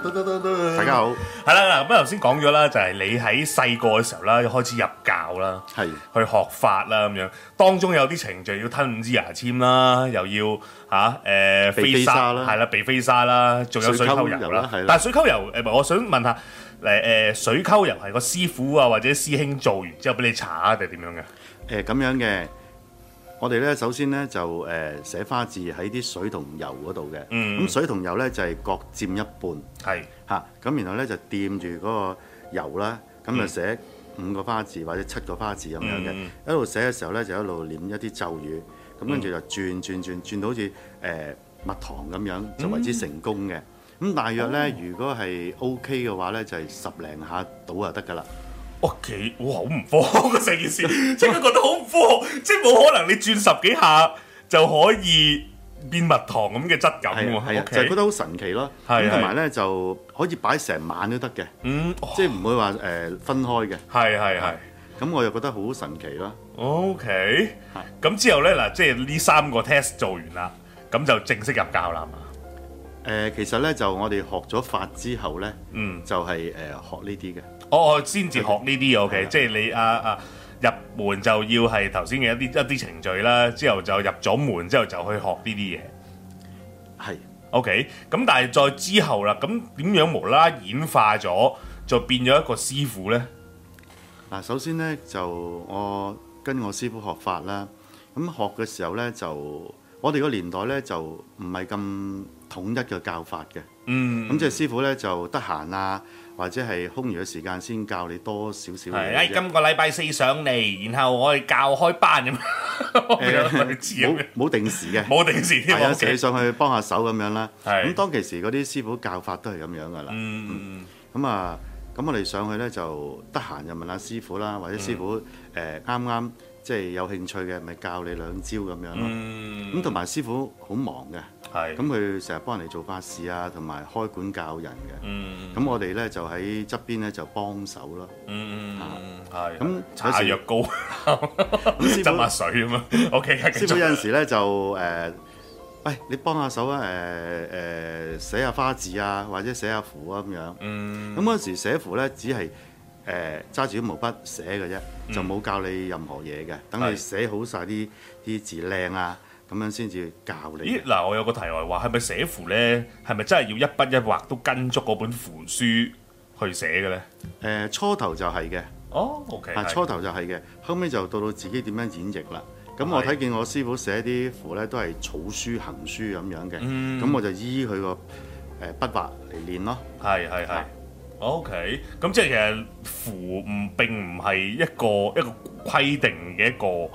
[SPEAKER 1] 得得得得
[SPEAKER 2] 大家好，
[SPEAKER 1] 係啦，嗱咁頭先講咗啦，就係你喺細個嘅時候啦，開始入教啦，
[SPEAKER 2] 係
[SPEAKER 1] 去學法啦咁樣，當中有啲程序要吞五支牙籤啦，又要嚇誒
[SPEAKER 2] 避飛沙啦
[SPEAKER 1] 係啦，避飛沙啦，仲有水
[SPEAKER 2] 水
[SPEAKER 1] 溝
[SPEAKER 2] 溝
[SPEAKER 1] 油
[SPEAKER 2] 油
[SPEAKER 1] 啦
[SPEAKER 2] 啦係啦。
[SPEAKER 1] 但係水溝油誒，唔係我想問下誒誒水溝油係個師傅啊或者師兄做完之後俾你查定係點樣嘅？
[SPEAKER 2] 誒咁、樣嘅。我哋咧首先咧就誒、呃寫花字喺啲水同油嗰度嘅，咁、
[SPEAKER 1] 嗯
[SPEAKER 2] 水同油咧就係、各佔一半
[SPEAKER 1] 係
[SPEAKER 2] 嚇，咁、然後咧就掂住嗰個油啦，咁就寫五個花字或者七個花字咁樣嘅。
[SPEAKER 1] 嗯
[SPEAKER 2] 一路寫嘅時候咧，就一路念一啲咒語，咁跟住就轉轉轉轉到好似誒、呃蜜糖咁樣，就為
[SPEAKER 1] 嗯
[SPEAKER 2] 之成功嘅。咁、大約咧，
[SPEAKER 1] 哦
[SPEAKER 2] 如果係 OK 嘅話咧，就係、十零下到就得㗎啦。
[SPEAKER 1] 屋企哇好唔科學啊成件事， 即刻覺得好唔科學，即係冇可能你轉十幾下就可以變蜜糖咁嘅質感
[SPEAKER 2] 係
[SPEAKER 1] 喎。
[SPEAKER 2] 啊係啊，
[SPEAKER 1] 哦 OK
[SPEAKER 2] 就係覺得好神奇咯。
[SPEAKER 1] 係
[SPEAKER 2] 咁同
[SPEAKER 1] 係
[SPEAKER 2] 埋咧就可以擺成晚都得嘅，
[SPEAKER 1] 嗯，哦
[SPEAKER 2] 即係唔會話誒、呃分開嘅。
[SPEAKER 1] 係係係。
[SPEAKER 2] 咁我又覺得好神奇咯。
[SPEAKER 1] OK，
[SPEAKER 2] 係
[SPEAKER 1] 咁之後咧嗱，即係呢三個 test 做完啦，咁就正式入教啦係嘛。
[SPEAKER 2] 誒、呃其實咧就我哋學咗法之後咧，
[SPEAKER 1] 嗯，
[SPEAKER 2] 就係、誒、呃學呢啲嘅。
[SPEAKER 1] 我我先至學呢啲
[SPEAKER 2] 係
[SPEAKER 1] OK，
[SPEAKER 2] 啊
[SPEAKER 1] 即係你啊啊入門就要係頭先嘅一啲一啲程序啦，之後就入咗門之後就去學呢啲嘢。
[SPEAKER 2] 係
[SPEAKER 1] OK，咁但係再之後啦，咁點樣無啦啦演化咗，就變咗一個師傅咧？
[SPEAKER 2] 嗱，首先呢，就我跟我師傅學法啦。咁學嘅時候呢，就我哋個年代呢，就唔係咁統一嘅教法嘅。
[SPEAKER 1] 嗯，
[SPEAKER 2] 咁即係師傅呢，就得閒啊，或者係空餘嘅時間先教你多少少
[SPEAKER 1] 係，
[SPEAKER 2] 嘢
[SPEAKER 1] 哎，
[SPEAKER 2] 啫。
[SPEAKER 1] 今個禮拜四上嚟，然後我哋教開班咁 樣，
[SPEAKER 2] 誒
[SPEAKER 1] 類似哎咁樣
[SPEAKER 2] 冇，冇定時嘅，
[SPEAKER 1] 冇定時添。
[SPEAKER 2] 係啊，
[SPEAKER 1] OK
[SPEAKER 2] 寫上去幫下手咁樣啦。
[SPEAKER 1] 係
[SPEAKER 2] 咁當其時嗰啲師傅教法都係咁樣噶啦。
[SPEAKER 1] 嗯，
[SPEAKER 2] 咁啊，咁我哋上去呢，就得閒就問下師傅啦，或者師傅
[SPEAKER 1] 嗯
[SPEAKER 2] 誒啱啱即係有興趣嘅，咪教你兩招咁樣咯。
[SPEAKER 1] 嗯，
[SPEAKER 2] 咁同埋師傅好忙嘅，
[SPEAKER 1] 係，
[SPEAKER 2] 咁佢成日幫人哋做法事啊，同埋開館教人嘅。
[SPEAKER 1] 嗯，
[SPEAKER 2] 咁我哋咧就喺側邊咧就幫手咯。
[SPEAKER 1] 嗯，係，
[SPEAKER 2] 咁
[SPEAKER 1] 搽下藥膏，
[SPEAKER 2] 咁師
[SPEAKER 1] 浸下
[SPEAKER 2] 傅
[SPEAKER 1] 水咁樣。OK，繼
[SPEAKER 2] 師傅有
[SPEAKER 1] 續。
[SPEAKER 2] 陣時咧就誒，喂、你幫下手啊誒誒寫下花字啊，或者寫下符啊咁樣。
[SPEAKER 1] 嗯，
[SPEAKER 2] 咁嗰陣時寫符咧只係誒揸住啲毛筆寫嘅啫，就冇教你任何嘢嘅。等
[SPEAKER 1] 嗯係
[SPEAKER 2] 你寫好晒啲啲字靚啊，咁樣先至教你嘅
[SPEAKER 1] 咦，。嗱，我有個題外話，係咪寫符咧？係咪真係要一筆一畫都跟足嗰本符書去寫嘅咧？
[SPEAKER 2] 誒、呃初頭就係嘅。
[SPEAKER 1] 哦，OK，
[SPEAKER 2] 啊，
[SPEAKER 1] 係
[SPEAKER 2] 初頭就係嘅，後尾就到到自己點樣演繹啦。咁我
[SPEAKER 1] 係
[SPEAKER 2] 睇見我師傅寫啲符咧，都係草書、行書咁樣嘅。咁、
[SPEAKER 1] 嗯
[SPEAKER 2] 我就依佢個誒筆畫嚟練咯。
[SPEAKER 1] 係係係
[SPEAKER 2] 啊。
[SPEAKER 1] OK，咁即係其實符唔並唔係一個一個規定嘅一個誒誒、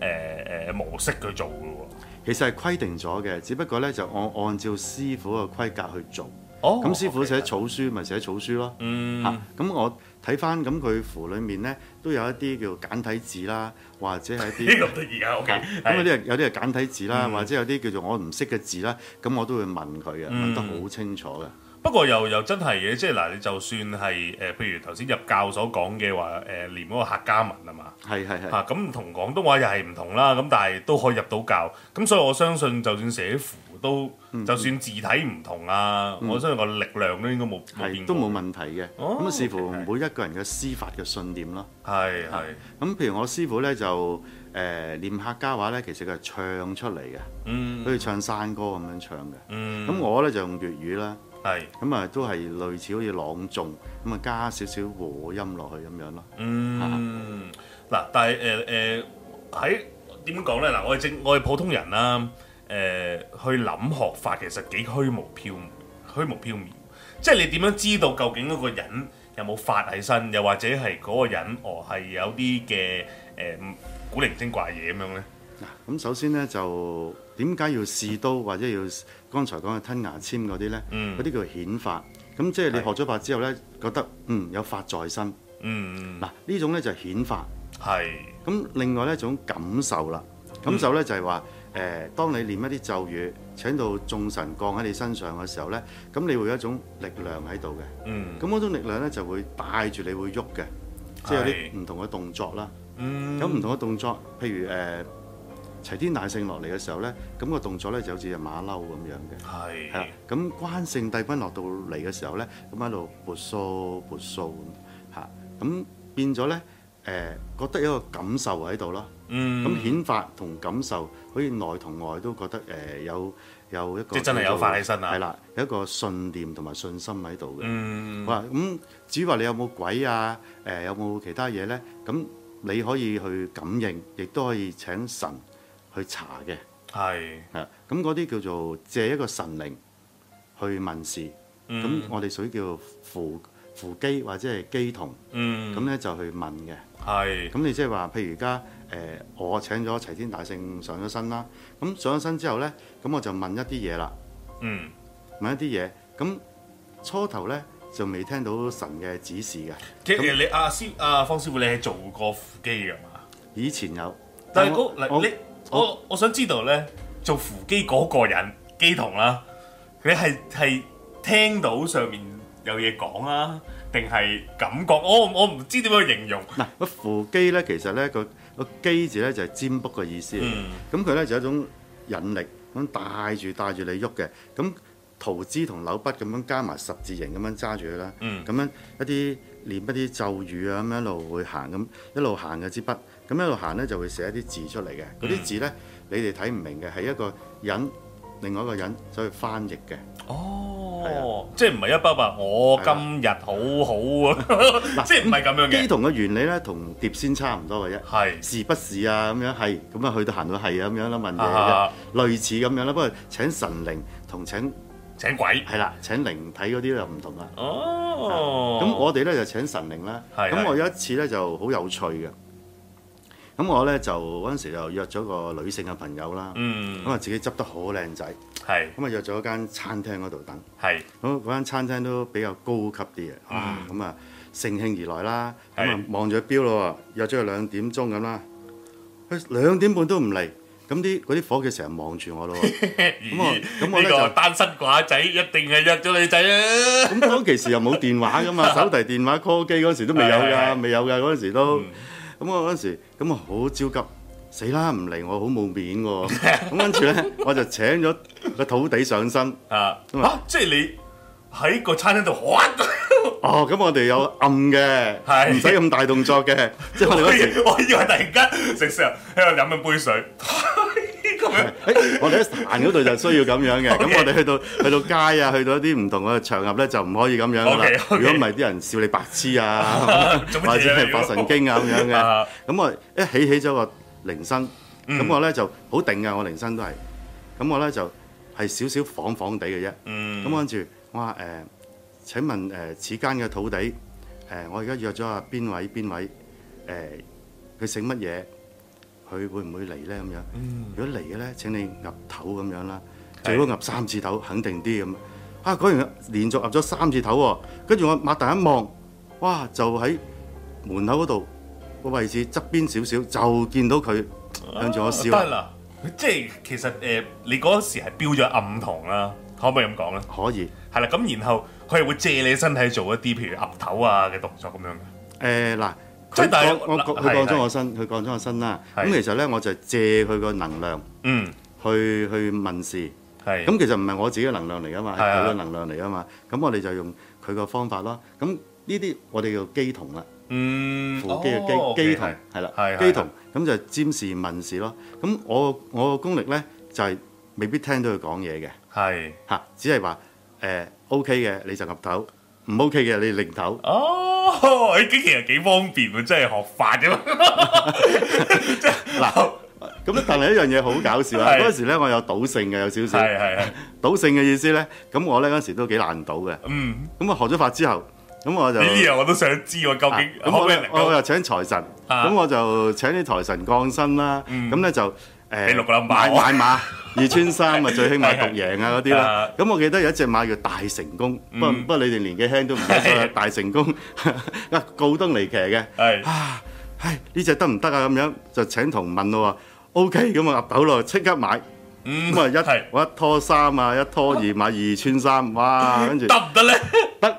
[SPEAKER 1] 呃模式去做嘅喎。
[SPEAKER 2] 其實係規定咗嘅，只不過咧就我按照師傅嘅規格去做。
[SPEAKER 1] 哦
[SPEAKER 2] 咁師傅寫草書咪寫草書咯。
[SPEAKER 1] 嗯
[SPEAKER 2] 嚇、咁我睇翻咁佢符裏面咧都有一啲叫簡體字啦，或者係 一
[SPEAKER 1] 呢
[SPEAKER 2] 啲。
[SPEAKER 1] 個嗯得意啊，OK，
[SPEAKER 2] 咁有啲係有啲係簡體字啦，或者有啲叫做我唔識嘅字啦，咁我都會問佢嘅，
[SPEAKER 1] 嗯
[SPEAKER 2] 問得好清楚嘅。
[SPEAKER 1] 不過又又真係嘅，即係嗱，你就算係誒、呃譬如頭先入教所講嘅話，誒、呃、連嗰個客家文啊嘛，
[SPEAKER 2] 係係係
[SPEAKER 1] 嚇咁同廣東話又係唔同啦，咁但係都可以入到教，咁所以我相信就算寫符都，
[SPEAKER 2] 嗯
[SPEAKER 1] 就算字體唔同啊，我相信個力量都應該冇冇變
[SPEAKER 2] 係
[SPEAKER 1] 過
[SPEAKER 2] 嗯都冇問題嘅。
[SPEAKER 1] 哦
[SPEAKER 2] 咁啊視乎
[SPEAKER 1] OK
[SPEAKER 2] 每一個人嘅司法嘅信念咯。
[SPEAKER 1] 係係
[SPEAKER 2] 咁譬如我師傅咧就誒念客家話咧，其實佢係唱出嚟嘅，
[SPEAKER 1] 嗯
[SPEAKER 2] 好似唱山歌咁樣唱嘅。
[SPEAKER 1] 嗯
[SPEAKER 2] 咁我咧就用粵語啦，
[SPEAKER 1] 係
[SPEAKER 2] 咁啊都係類似好似朗誦，咁啊加少少和音落去咁樣咯。
[SPEAKER 1] 嗯嗱，但係誒誒喺點講咧嗱，我哋正我哋普通人啦，誒、去諗學法其實幾虛無縹虛無縹緲，即係你點樣知道究竟嗰個人有冇法喺身，又或者係嗰個人哦係有啲嘅誒古靈精怪嘢咁樣咧？
[SPEAKER 2] 咁首先咧就點解要試刀或者要剛才講嘅吞牙籤嗰啲咧？嗰啲叫顯法。咁即係你
[SPEAKER 1] 嗯係
[SPEAKER 2] 學咗法之後咧，覺得嗯有法在身。
[SPEAKER 1] 嗯，
[SPEAKER 2] 嗱呢種咧就係顯法。
[SPEAKER 1] 係
[SPEAKER 2] 咁另外呢一種感受啦，
[SPEAKER 1] 嗯
[SPEAKER 2] 感受呢就係話誒，當你念一啲咒語，請到眾神降喺你身上嘅時候呢，咁你會有一種力量喺度嘅。
[SPEAKER 1] 嗯
[SPEAKER 2] 咁嗰種力量呢，就會帶住你會喐嘅，即係有
[SPEAKER 1] 係
[SPEAKER 2] 啲唔同嘅動作啦。
[SPEAKER 1] 嗯
[SPEAKER 2] 咁唔同嘅動作，譬如誒、呃齊天大聖落嚟嘅時候呢，咁、個動作呢就好似隻馬騮咁樣嘅。
[SPEAKER 1] 係
[SPEAKER 2] 係啦，咁關聖帝君落到嚟嘅時候咧，咁喺度撥掃撥掃咁嚇，咁變咗咧誒，覺得有一個感受喺度咯。
[SPEAKER 1] 嗯
[SPEAKER 2] 咁顯法同感受，好似內同外都覺得誒、呃有有一個
[SPEAKER 1] 即係真係有法喺身啊
[SPEAKER 2] 係啦，有一個信念同埋信心喺度嘅。
[SPEAKER 1] 嗯
[SPEAKER 2] 哇、啊咁至於話你有冇鬼啊？誒、有冇其他嘢咧？咁你可以去感應，亦都可以請神去查嘅。
[SPEAKER 1] 係
[SPEAKER 2] 係咁嗰啲叫做借一個神靈去問事，咁、
[SPEAKER 1] 嗯
[SPEAKER 2] 我哋屬於叫扶扶機或者係機童，
[SPEAKER 1] 嗯
[SPEAKER 2] 咁咧、就去問嘅。
[SPEAKER 1] 係
[SPEAKER 2] 咁你即係話，譬如而家誒我請咗齊天大聖上咗身啦，咁上咗身之後咧，咁我就問一啲嘢啦，
[SPEAKER 1] 嗯
[SPEAKER 2] 問一啲嘢，咁初頭咧就未聽到神嘅指示嘅，
[SPEAKER 1] 其實你阿師阿方師傅你係做過扶機㗎嘛？
[SPEAKER 2] 以前有，
[SPEAKER 1] 但係
[SPEAKER 2] 我
[SPEAKER 1] 嗰嗱你我我想知道咧，做扶機嗰個人機童啦，你係係聽到上面有嘢講啊，定係感覺？我我唔知點樣形容。
[SPEAKER 2] 嗱，個扶機咧，其實咧個個機字咧就係占卜嘅意思嚟
[SPEAKER 1] 嗯
[SPEAKER 2] 嘅。咁佢咧就有一種引力咁帶住帶住你喐嘅。咁桃枝同扭筆咁樣加埋十字形咁樣揸住佢啦。咁、
[SPEAKER 1] 嗯
[SPEAKER 2] 樣一啲念一啲咒語啊，咁樣一路會行咁一路行嘅支筆。咁一路行咧就會寫一啲字出嚟嘅。嗰啲
[SPEAKER 1] 嗯
[SPEAKER 2] 字咧你哋睇唔明嘅，係一個人另外一個人走去翻譯嘅。
[SPEAKER 1] 哦，即係唔係一筆話我今日 好好啊，即係唔係咁樣
[SPEAKER 2] 機
[SPEAKER 1] 嘅，
[SPEAKER 2] 同嘅原理咧同碟仙差唔多嘅啫。
[SPEAKER 1] 係
[SPEAKER 2] 是不是啊？咁樣係，咁啊去到行到係啊咁樣啦，問嘢
[SPEAKER 1] 啊
[SPEAKER 2] 嘅啫，類似咁樣啦。不過請神靈同請
[SPEAKER 1] 請鬼。
[SPEAKER 2] 係啦，請靈體嗰啲就唔同啦。
[SPEAKER 1] 哦，
[SPEAKER 2] 咁我哋咧就請神靈啦。
[SPEAKER 1] 係
[SPEAKER 2] 咁
[SPEAKER 1] 係
[SPEAKER 2] 我有一次咧就好有趣嘅。咁我咧就嗰陣時就約咗個女性嘅朋友啦。
[SPEAKER 1] 嗯
[SPEAKER 2] 咁啊自己執得好靚仔，
[SPEAKER 1] 係
[SPEAKER 2] 咁啊約咗間餐廳嗰度等。
[SPEAKER 1] 係
[SPEAKER 2] 咁嗰間餐廳都比較高級啲嘅，啊咁啊盛興而來啦，咁啊
[SPEAKER 1] 係
[SPEAKER 2] 望住表咯喎，約咗佢兩點鐘咁啦，佢兩點半都唔嚟，咁啲嗰啲伙計成日望 住我咯喎，咁我咁我
[SPEAKER 1] 呢
[SPEAKER 2] 咧就
[SPEAKER 1] 個單身寡仔一定係約咗女仔啊！
[SPEAKER 2] 咁當其時又冇電話 噶嘛，手提電話 call 機嗰時都未有
[SPEAKER 1] 係係
[SPEAKER 2] 㗎，
[SPEAKER 1] 係
[SPEAKER 2] 未有㗎嗰陣時都，咁我嗰陣時咁我好焦急，死啦唔嚟我好冇面喎，咁跟住咧我就請咗個土地上身。
[SPEAKER 1] 啊！
[SPEAKER 2] 咁
[SPEAKER 1] 嚇，即係你喺個餐 廳度，哇！
[SPEAKER 2] 哦，咁我哋有暗嘅，
[SPEAKER 1] 係
[SPEAKER 2] 唔使咁大動作嘅，即係我哋
[SPEAKER 1] 我
[SPEAKER 2] 嗰時
[SPEAKER 1] 以。 我以為突然間食食喺度飲緊杯水， 咁樣
[SPEAKER 2] 誒，我哋喺行嗰度就需要咁樣嘅，咁
[SPEAKER 1] Okay
[SPEAKER 2] 我哋去到去到街啊，去到一啲唔同嘅場合咧，就唔可以咁樣噶啦。
[SPEAKER 1] Okay，okay
[SPEAKER 2] 如果唔係，啲人笑你白痴 啊
[SPEAKER 1] 做，乜嘢啊
[SPEAKER 2] 或者係發神經啊咁樣
[SPEAKER 1] 啊
[SPEAKER 2] 嘅。咁我一起起咗個鈴聲，
[SPEAKER 1] 嗯
[SPEAKER 2] 咁我咧就好定嘅，我鈴聲都係。咁我咧就係少少晃晃地嘅啫。
[SPEAKER 1] 嗯
[SPEAKER 2] 咁跟住我話誒，請問誒此間嘅土地誒，我而家約咗阿邊位邊位誒，佢姓乜嘢？佢會唔會嚟咧咁樣？如果嚟嘅咧，請你岌頭咁樣啦，最好岌三次頭，肯定啲咁。啊嗰樣連續岌咗三次頭喎，跟住我擘大一望，哇就喺門口嗰度個位置側邊少少就見到佢向住我笑
[SPEAKER 1] 得
[SPEAKER 2] 啦，
[SPEAKER 1] 啦，即係其實誒、呃你嗰時係標咗暗堂啦，可唔可以咁講咧？
[SPEAKER 2] 可以。
[SPEAKER 1] 係啦，咁然後佢係會借你身體做一啲譬如岌頭啊嘅動作咁樣嘅。
[SPEAKER 2] 誒嗱，
[SPEAKER 1] 即係
[SPEAKER 2] 佢
[SPEAKER 1] 但係
[SPEAKER 2] 降我
[SPEAKER 1] 嗱
[SPEAKER 2] 佢
[SPEAKER 1] 係係
[SPEAKER 2] 降咗我身，佢降咗我身啦。
[SPEAKER 1] 係
[SPEAKER 2] 咁其實咧，我就借佢個能量
[SPEAKER 1] 嗯，
[SPEAKER 2] 去去問事。
[SPEAKER 1] 係。
[SPEAKER 2] 咁其實唔係我自己嘅能量嚟噶嘛，係
[SPEAKER 1] 係啊
[SPEAKER 2] 佢嘅能量嚟噶嘛。咁我哋就用佢個方法咯。咁呢啲我哋叫機同啦，
[SPEAKER 1] 嗯，
[SPEAKER 2] 扶機
[SPEAKER 1] 哦
[SPEAKER 2] 嘅機機同
[SPEAKER 1] ，OK，
[SPEAKER 2] 係啦
[SPEAKER 1] 係，係
[SPEAKER 2] 機同咁就占事問事咯。咁我我嘅功力咧就係未必聽到佢講嘢嘅
[SPEAKER 1] 係。
[SPEAKER 2] 嚇，只係話誒 OK 嘅你就岌頭，唔 OK 嘅你擰頭。
[SPEAKER 1] 哦， 已經其實幾方便喎，真係學法啫嘛。
[SPEAKER 2] 嗱，咁但係一樣嘢好搞笑啊！
[SPEAKER 1] 係
[SPEAKER 2] 嗰陣時咧，我有賭性嘅有少少，
[SPEAKER 1] 係係係，
[SPEAKER 2] 賭性嘅意思咧，咁我咧嗰陣時都幾難賭嘅。
[SPEAKER 1] 嗯，
[SPEAKER 2] 咁啊學咗法之後，咁我就
[SPEAKER 1] 呢啲嘢我都想知喎，究
[SPEAKER 2] 啊
[SPEAKER 1] 竟可
[SPEAKER 2] 咁
[SPEAKER 1] 唔
[SPEAKER 2] 我
[SPEAKER 1] 可以
[SPEAKER 2] 呢
[SPEAKER 1] 能
[SPEAKER 2] 我
[SPEAKER 1] 夠
[SPEAKER 2] 又請財神，
[SPEAKER 1] 啊嗯
[SPEAKER 2] 咁我就請啲財神降身啦。咁咧就誒
[SPEAKER 1] 俾六個 number
[SPEAKER 2] 買
[SPEAKER 1] 我
[SPEAKER 2] 買馬二 千三啊，最起碼獨贏啊嗰啲啦
[SPEAKER 1] 啊。嗯
[SPEAKER 2] 咁我記得有一隻馬叫大成功，不過不過你哋年紀輕都唔記得咗 啦
[SPEAKER 1] 係
[SPEAKER 2] 大成功 啊告燈離騎嘅。
[SPEAKER 1] 係
[SPEAKER 2] 啊，唉，呢只得唔得啊？咁樣就請同問咯喎。O K，咁啊，岌頭咯，即刻買。咁啊，
[SPEAKER 1] 嗯係
[SPEAKER 2] 一我一拖三啊，一拖二買二穿三，哇！跟住
[SPEAKER 1] 得唔得咧？
[SPEAKER 2] 得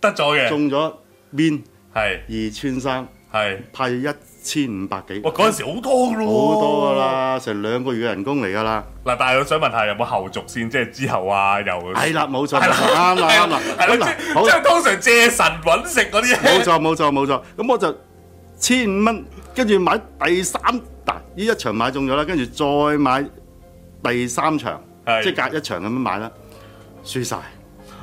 [SPEAKER 1] 得咗嘅，
[SPEAKER 2] 中咗邊
[SPEAKER 1] 係
[SPEAKER 2] 二穿三，
[SPEAKER 1] 係。
[SPEAKER 2] 派咗一千五百幾，
[SPEAKER 1] 哇！嗰陣時好多噶咯，
[SPEAKER 2] 好多噶。啦，成兩個月嘅人工嚟噶啦。
[SPEAKER 1] 嗱，但係我想問下有冇後續先，即係之後啊，又
[SPEAKER 2] 係啦，冇錯，
[SPEAKER 1] 係
[SPEAKER 2] 冇錯啱啦，啱啦。
[SPEAKER 1] 係
[SPEAKER 2] 咁
[SPEAKER 1] 啦，
[SPEAKER 2] 嗱，好
[SPEAKER 1] 即，係通常借神揾食嗰啲，
[SPEAKER 2] 冇錯，冇錯，冇錯。咁我就千五蚊，跟住買第三嗱，呢一場買中咗啦，跟住再買第三場。
[SPEAKER 1] 係
[SPEAKER 2] 即係隔一場咁樣買啦，輸晒，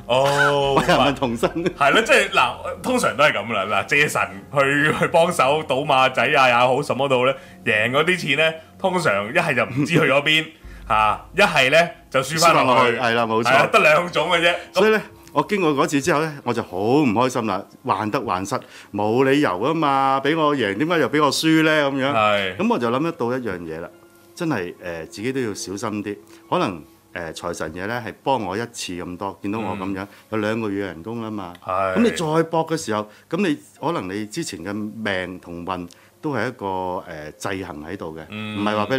[SPEAKER 1] 哦，
[SPEAKER 2] 我又問童生，
[SPEAKER 1] 係咯，即係嗱，通常都係咁啦。嗱，借神去 去幫手賭馬仔啊也好，什麼都好咧，贏嗰啲錢咧，通常一係就唔知去咗邊 嚇，一係咧就輸翻落去。
[SPEAKER 2] 輸返落去係啦冇錯
[SPEAKER 1] 係啊得兩種嘅啫。
[SPEAKER 2] 所以咧，我經過嗰次之後咧，我就好唔開心啦，患得患失，冇理由啊嘛，俾我贏，點解又俾我輸咧咁樣？
[SPEAKER 1] 係
[SPEAKER 2] 咁我就諗得到一樣嘢啦，真係誒、呃自己都要小心啲，可能誒、呃、財神爺咧係幫我一次咁多，見到我咁樣、有兩個月嘅人工啦啊嘛，
[SPEAKER 1] 係
[SPEAKER 2] 咁你再搏嘅時候，咁你可能你之前嘅命同運。都係一個誒、呃制衡喺度嘅，唔係話俾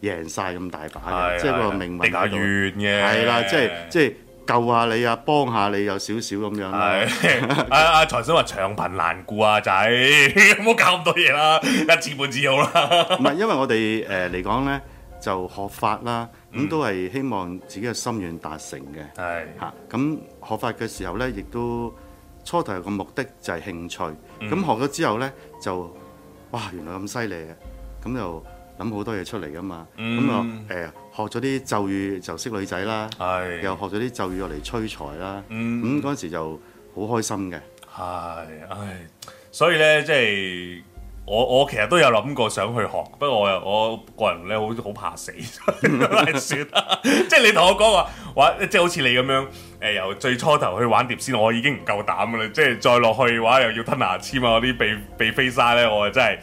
[SPEAKER 2] 你贏晒咁大把嘅，即嗯係個命運
[SPEAKER 1] 定下
[SPEAKER 2] 喺度。
[SPEAKER 1] 願嘅。
[SPEAKER 2] 係啦，即係即係救下你啊，幫下你有少少咁樣啦。
[SPEAKER 1] 係 阿阿財生話長貧難顧啊，仔， 唔好搞咁多嘢啦，一次半次好啦。
[SPEAKER 2] 唔係因為我哋誒嚟講咧，就學法啦，
[SPEAKER 1] 嗯
[SPEAKER 2] 咁都係希望自己嘅心願達成嘅
[SPEAKER 1] 係
[SPEAKER 2] 嚇。咁學法嘅時候咧，亦都初頭有個目的就係興趣。
[SPEAKER 1] 嗯
[SPEAKER 2] 咁學咗之後咧，就哇原來咁犀利嘅，咁就諗好多嘢出嚟噶嘛。
[SPEAKER 1] 嗯
[SPEAKER 2] 咁啊誒學咗啲咒語就識女仔啦，
[SPEAKER 1] 係
[SPEAKER 2] 又學咗啲咒語用嚟催財啦。
[SPEAKER 1] 嗯
[SPEAKER 2] 咁嗰陣時就好開心嘅。
[SPEAKER 1] 係，唉，所以咧，即係我我其實都有諗過想去學，不過我又我個人咧好好怕死， 係算啦。即係你同我講話玩，即係好似你咁樣，誒、由最初頭去玩碟仙，我已經唔夠膽噶啦。即係再落去嘅話，又要吞牙籤啊，嗰啲被被飛沙咧，我真係，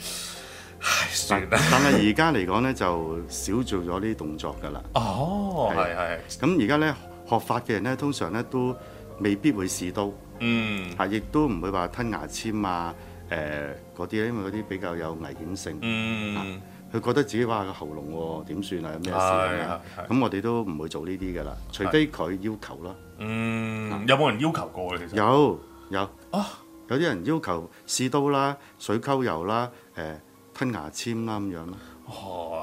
[SPEAKER 1] 唉，算
[SPEAKER 2] 啊但
[SPEAKER 1] 啦。
[SPEAKER 2] 但係而家嚟講咧，就少做咗呢啲動作㗎啦。
[SPEAKER 1] 哦，係
[SPEAKER 2] 係
[SPEAKER 1] 係，
[SPEAKER 2] 咁而家咧學法嘅人咧，通常咧都未必會試刀，啊
[SPEAKER 1] 嗯
[SPEAKER 2] 嚇，亦都唔會話吞牙籤啊，誒嗰啲咧，因為嗰啲比較有危險性。
[SPEAKER 1] 嗯，
[SPEAKER 2] 佢覺得自己哇個喉嚨喎點算啊啊，有咩事
[SPEAKER 1] 係
[SPEAKER 2] 咁樣
[SPEAKER 1] 係係
[SPEAKER 2] 咁我哋都唔會做呢啲㗎啦，除非佢要求咯。
[SPEAKER 1] 嗯，有冇人要求過咧？其實
[SPEAKER 2] 有有
[SPEAKER 1] 啊，
[SPEAKER 2] 有啲人要求試刀啦、水溝油啦、誒、吞牙籤啦咁樣咯，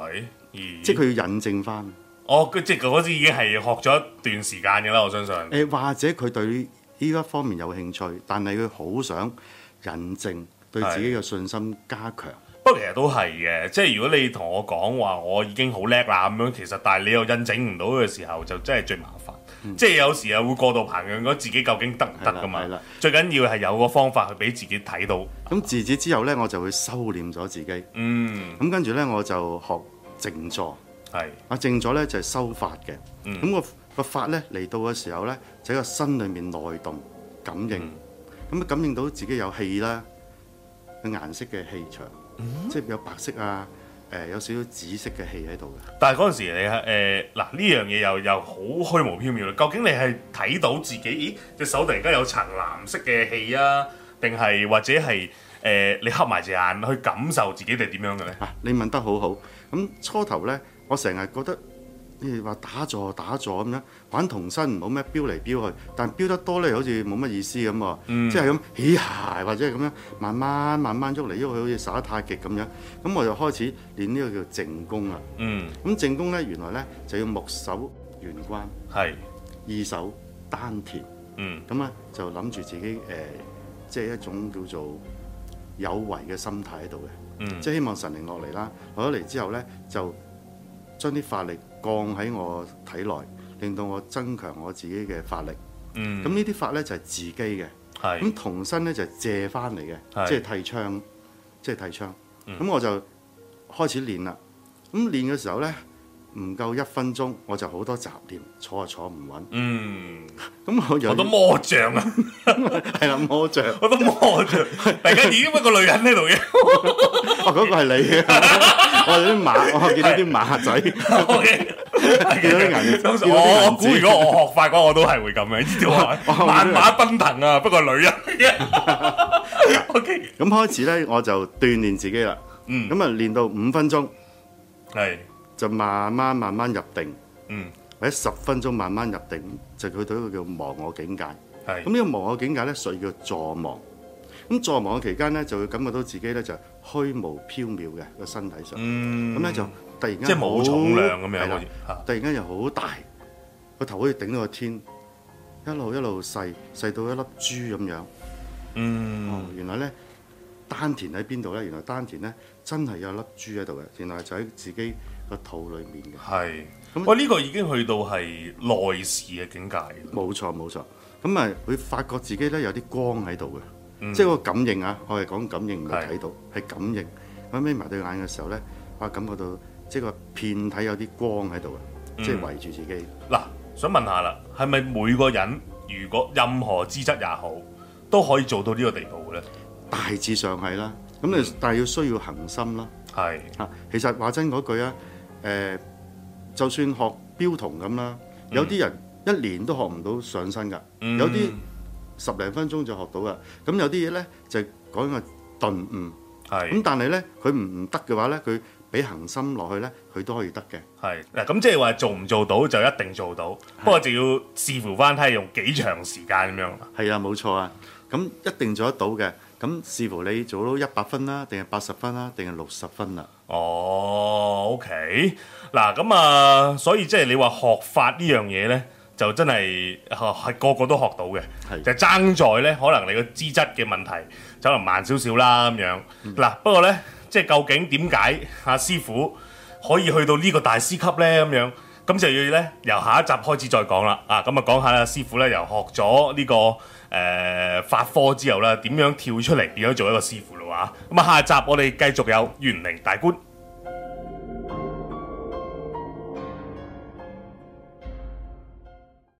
[SPEAKER 1] 係，咦
[SPEAKER 2] 即係佢要引證翻。
[SPEAKER 1] 我哦即係嗰時已經係學咗一段時間嘅啦，我相信。
[SPEAKER 2] 誒、或者佢對呢一方面有興趣，但係佢好想引證，對自己嘅信心加強。
[SPEAKER 1] 不過其實都係嘅，即係如果你同我講話我已經好叻啦咁樣，其實但係你又印證唔到嘅時候，就真係最麻煩。即係有時又會過度膨脹咗自己究竟得唔得噶嘛
[SPEAKER 2] 嗯係啦係啦？
[SPEAKER 1] 最緊要係有個方法去俾自己睇到。
[SPEAKER 2] 咁自此之後呢，我就會收斂咗自己。
[SPEAKER 1] 嗯，
[SPEAKER 2] 咁跟住呢，我就學靜坐。
[SPEAKER 1] 係
[SPEAKER 2] 啊，靜坐呢就係、修法嘅。
[SPEAKER 1] 嗯
[SPEAKER 2] 咁個個法呢嚟到嘅時候呢，就喺個身裏面內動感應。咁啊、感應到自己有氣啦，有顏色嘅氣場，即係有白色啊、誒、誒有少少紫色嘅氣喺度嘅。
[SPEAKER 1] 但係嗰陣時你係誒嗱呢樣嘢又又好虛無縹緲啦。究竟你係睇到自己咦隻手突然間有層藍色嘅氣啊，定係或者係誒、呃你黑埋隻眼去感受自己定係點樣嘅咧？
[SPEAKER 2] 啊，你問得好好。咁初頭呢，我成日覺得你哋話打坐打坐咁樣玩童身唔好咩，飆嚟飆去，但飆得多呢，又好似冇乜意思咁喎。即係咁起鞋或者係咁樣慢慢慢慢喐嚟喐去，好似耍太極咁樣。咁我就開始練呢個叫靜功啦。
[SPEAKER 1] 嗯，
[SPEAKER 2] 咁靜功呢，原來呢就要木手玄關，
[SPEAKER 1] 係，
[SPEAKER 2] 二手丹田。
[SPEAKER 1] 嗯
[SPEAKER 2] 咁咧就諗住自己誒、呃即係一種叫做有為嘅心態喺度嘅，
[SPEAKER 1] 嗯
[SPEAKER 2] 即係希望神靈落嚟啦，落咗嚟之後咧就將啲法力降喺我體內，令到我增強我自己嘅法力。
[SPEAKER 1] 嗯，
[SPEAKER 2] 咁呢啲法咧就係、自己嘅，
[SPEAKER 1] 係
[SPEAKER 2] 咁童身咧就係、借翻嚟
[SPEAKER 1] 係嗯
[SPEAKER 2] 嘅，即係替槍，即係替槍。咁、我就開始練啦。咁練嘅時候咧，唔夠一分鐘我就好多雜念，坐啊坐唔穩。
[SPEAKER 1] 嗯，
[SPEAKER 2] 咁我又
[SPEAKER 1] 好多魔像啊，
[SPEAKER 2] 係啦魔像。
[SPEAKER 1] 好多魔像，突然間咦乜個女人喺度 嘅
[SPEAKER 2] 哦，嗰個係你嘅， 我哋啲馬，我見到啲馬仔，
[SPEAKER 1] ？OK。
[SPEAKER 2] 見到啲 銀，
[SPEAKER 1] 通常
[SPEAKER 2] 見到
[SPEAKER 1] 我
[SPEAKER 2] 啲
[SPEAKER 1] 我
[SPEAKER 2] 銀
[SPEAKER 1] 估如
[SPEAKER 2] 紙。
[SPEAKER 1] 果我學法國，我都係會咁嘅，呢條話
[SPEAKER 2] 我啊
[SPEAKER 1] 萬馬啊奔騰啊，不過女人嘅。O K，
[SPEAKER 2] 咁開始咧，我就鍛鍊自己啦。
[SPEAKER 1] 嗯
[SPEAKER 2] 咁啊，練到五分鐘
[SPEAKER 1] 係，
[SPEAKER 2] 就慢慢慢慢入定，
[SPEAKER 1] 嗯
[SPEAKER 2] 或者十分鐘慢慢入定，就去到一個叫忘我境界。咁
[SPEAKER 1] 係，
[SPEAKER 2] 呢個忘我境界咧，屬於叫坐忘。咁坐忘嘅期間咧，就會感覺到自己咧就虛無縹緲嘅個身體上，
[SPEAKER 1] 嗯
[SPEAKER 2] 咁咧就突然間
[SPEAKER 1] 即係冇重量咁
[SPEAKER 2] 好係
[SPEAKER 1] 樣
[SPEAKER 2] 啦
[SPEAKER 1] 好似，啊嚇
[SPEAKER 2] 突然間又好大，個頭好似頂到個天，一路一路細細到一粒珠咁樣。哦
[SPEAKER 1] 嗯，
[SPEAKER 2] 原來咧丹田喺邊度咧？原來丹田咧真係有粒珠喺度嘅，原來就喺自己個肚裡面嘅。
[SPEAKER 1] 係。
[SPEAKER 2] 咁
[SPEAKER 1] 喂，呢個已經去到係內視嘅境界啦。
[SPEAKER 2] 冇錯冇錯，咁啊會發覺自己咧有啲光喺度嘅，即係個感應啊！我係講感應唔係睇到，係感應。咁眯埋對眼嘅時候咧，哇感覺到即係個片體有啲光喺度嘅，即係圍住自己。
[SPEAKER 1] 嗱，想問下啦，係咪每個人如果任何資質也好，都可以做到呢個地步嘅咧？
[SPEAKER 2] 大致上係啦。咁你、但係要需要恒心啦。
[SPEAKER 1] 係，
[SPEAKER 2] 啊，其實話真嗰句啊，誒、就算學標童咁啦，有啲人一年都學唔到上身㗎，
[SPEAKER 1] 嗯
[SPEAKER 2] 有啲十零分鐘就學到啦。咁有啲嘢呢，就講個頓悟，咁
[SPEAKER 1] 係
[SPEAKER 2] 但係呢，佢唔唔得嘅話呢，佢俾恒心落去呢，佢都可以得嘅。
[SPEAKER 1] 係嗱，咁即係話做唔做到就一定做到，不過就要視乎翻睇下用幾長時間咁樣啦。
[SPEAKER 2] 係啊，冇錯啊，咁一定做得到嘅。咁視乎你做到一百分啦，定係八十分啦，定係六十分啦。
[SPEAKER 1] 哦，OK，嗱咁啊，所以即係你話學法呢樣嘢呢，就真係啊係個個都學到嘅，
[SPEAKER 2] 係
[SPEAKER 1] 就爭在呢，可能你個資質嘅問題，可能慢少少啦咁樣。嗱、不過呢，即係究竟點解阿師傅可以去到呢個大師級呢？咁樣咁就要呢，由下一集開始再講啦。啊，咁啊講下啦，師傅呢，由學咗呢、個誒、法科之後啦，點樣跳出嚟變咗做一個師傅啦喎啊咁啊下一集我哋繼續有玄靈大觀。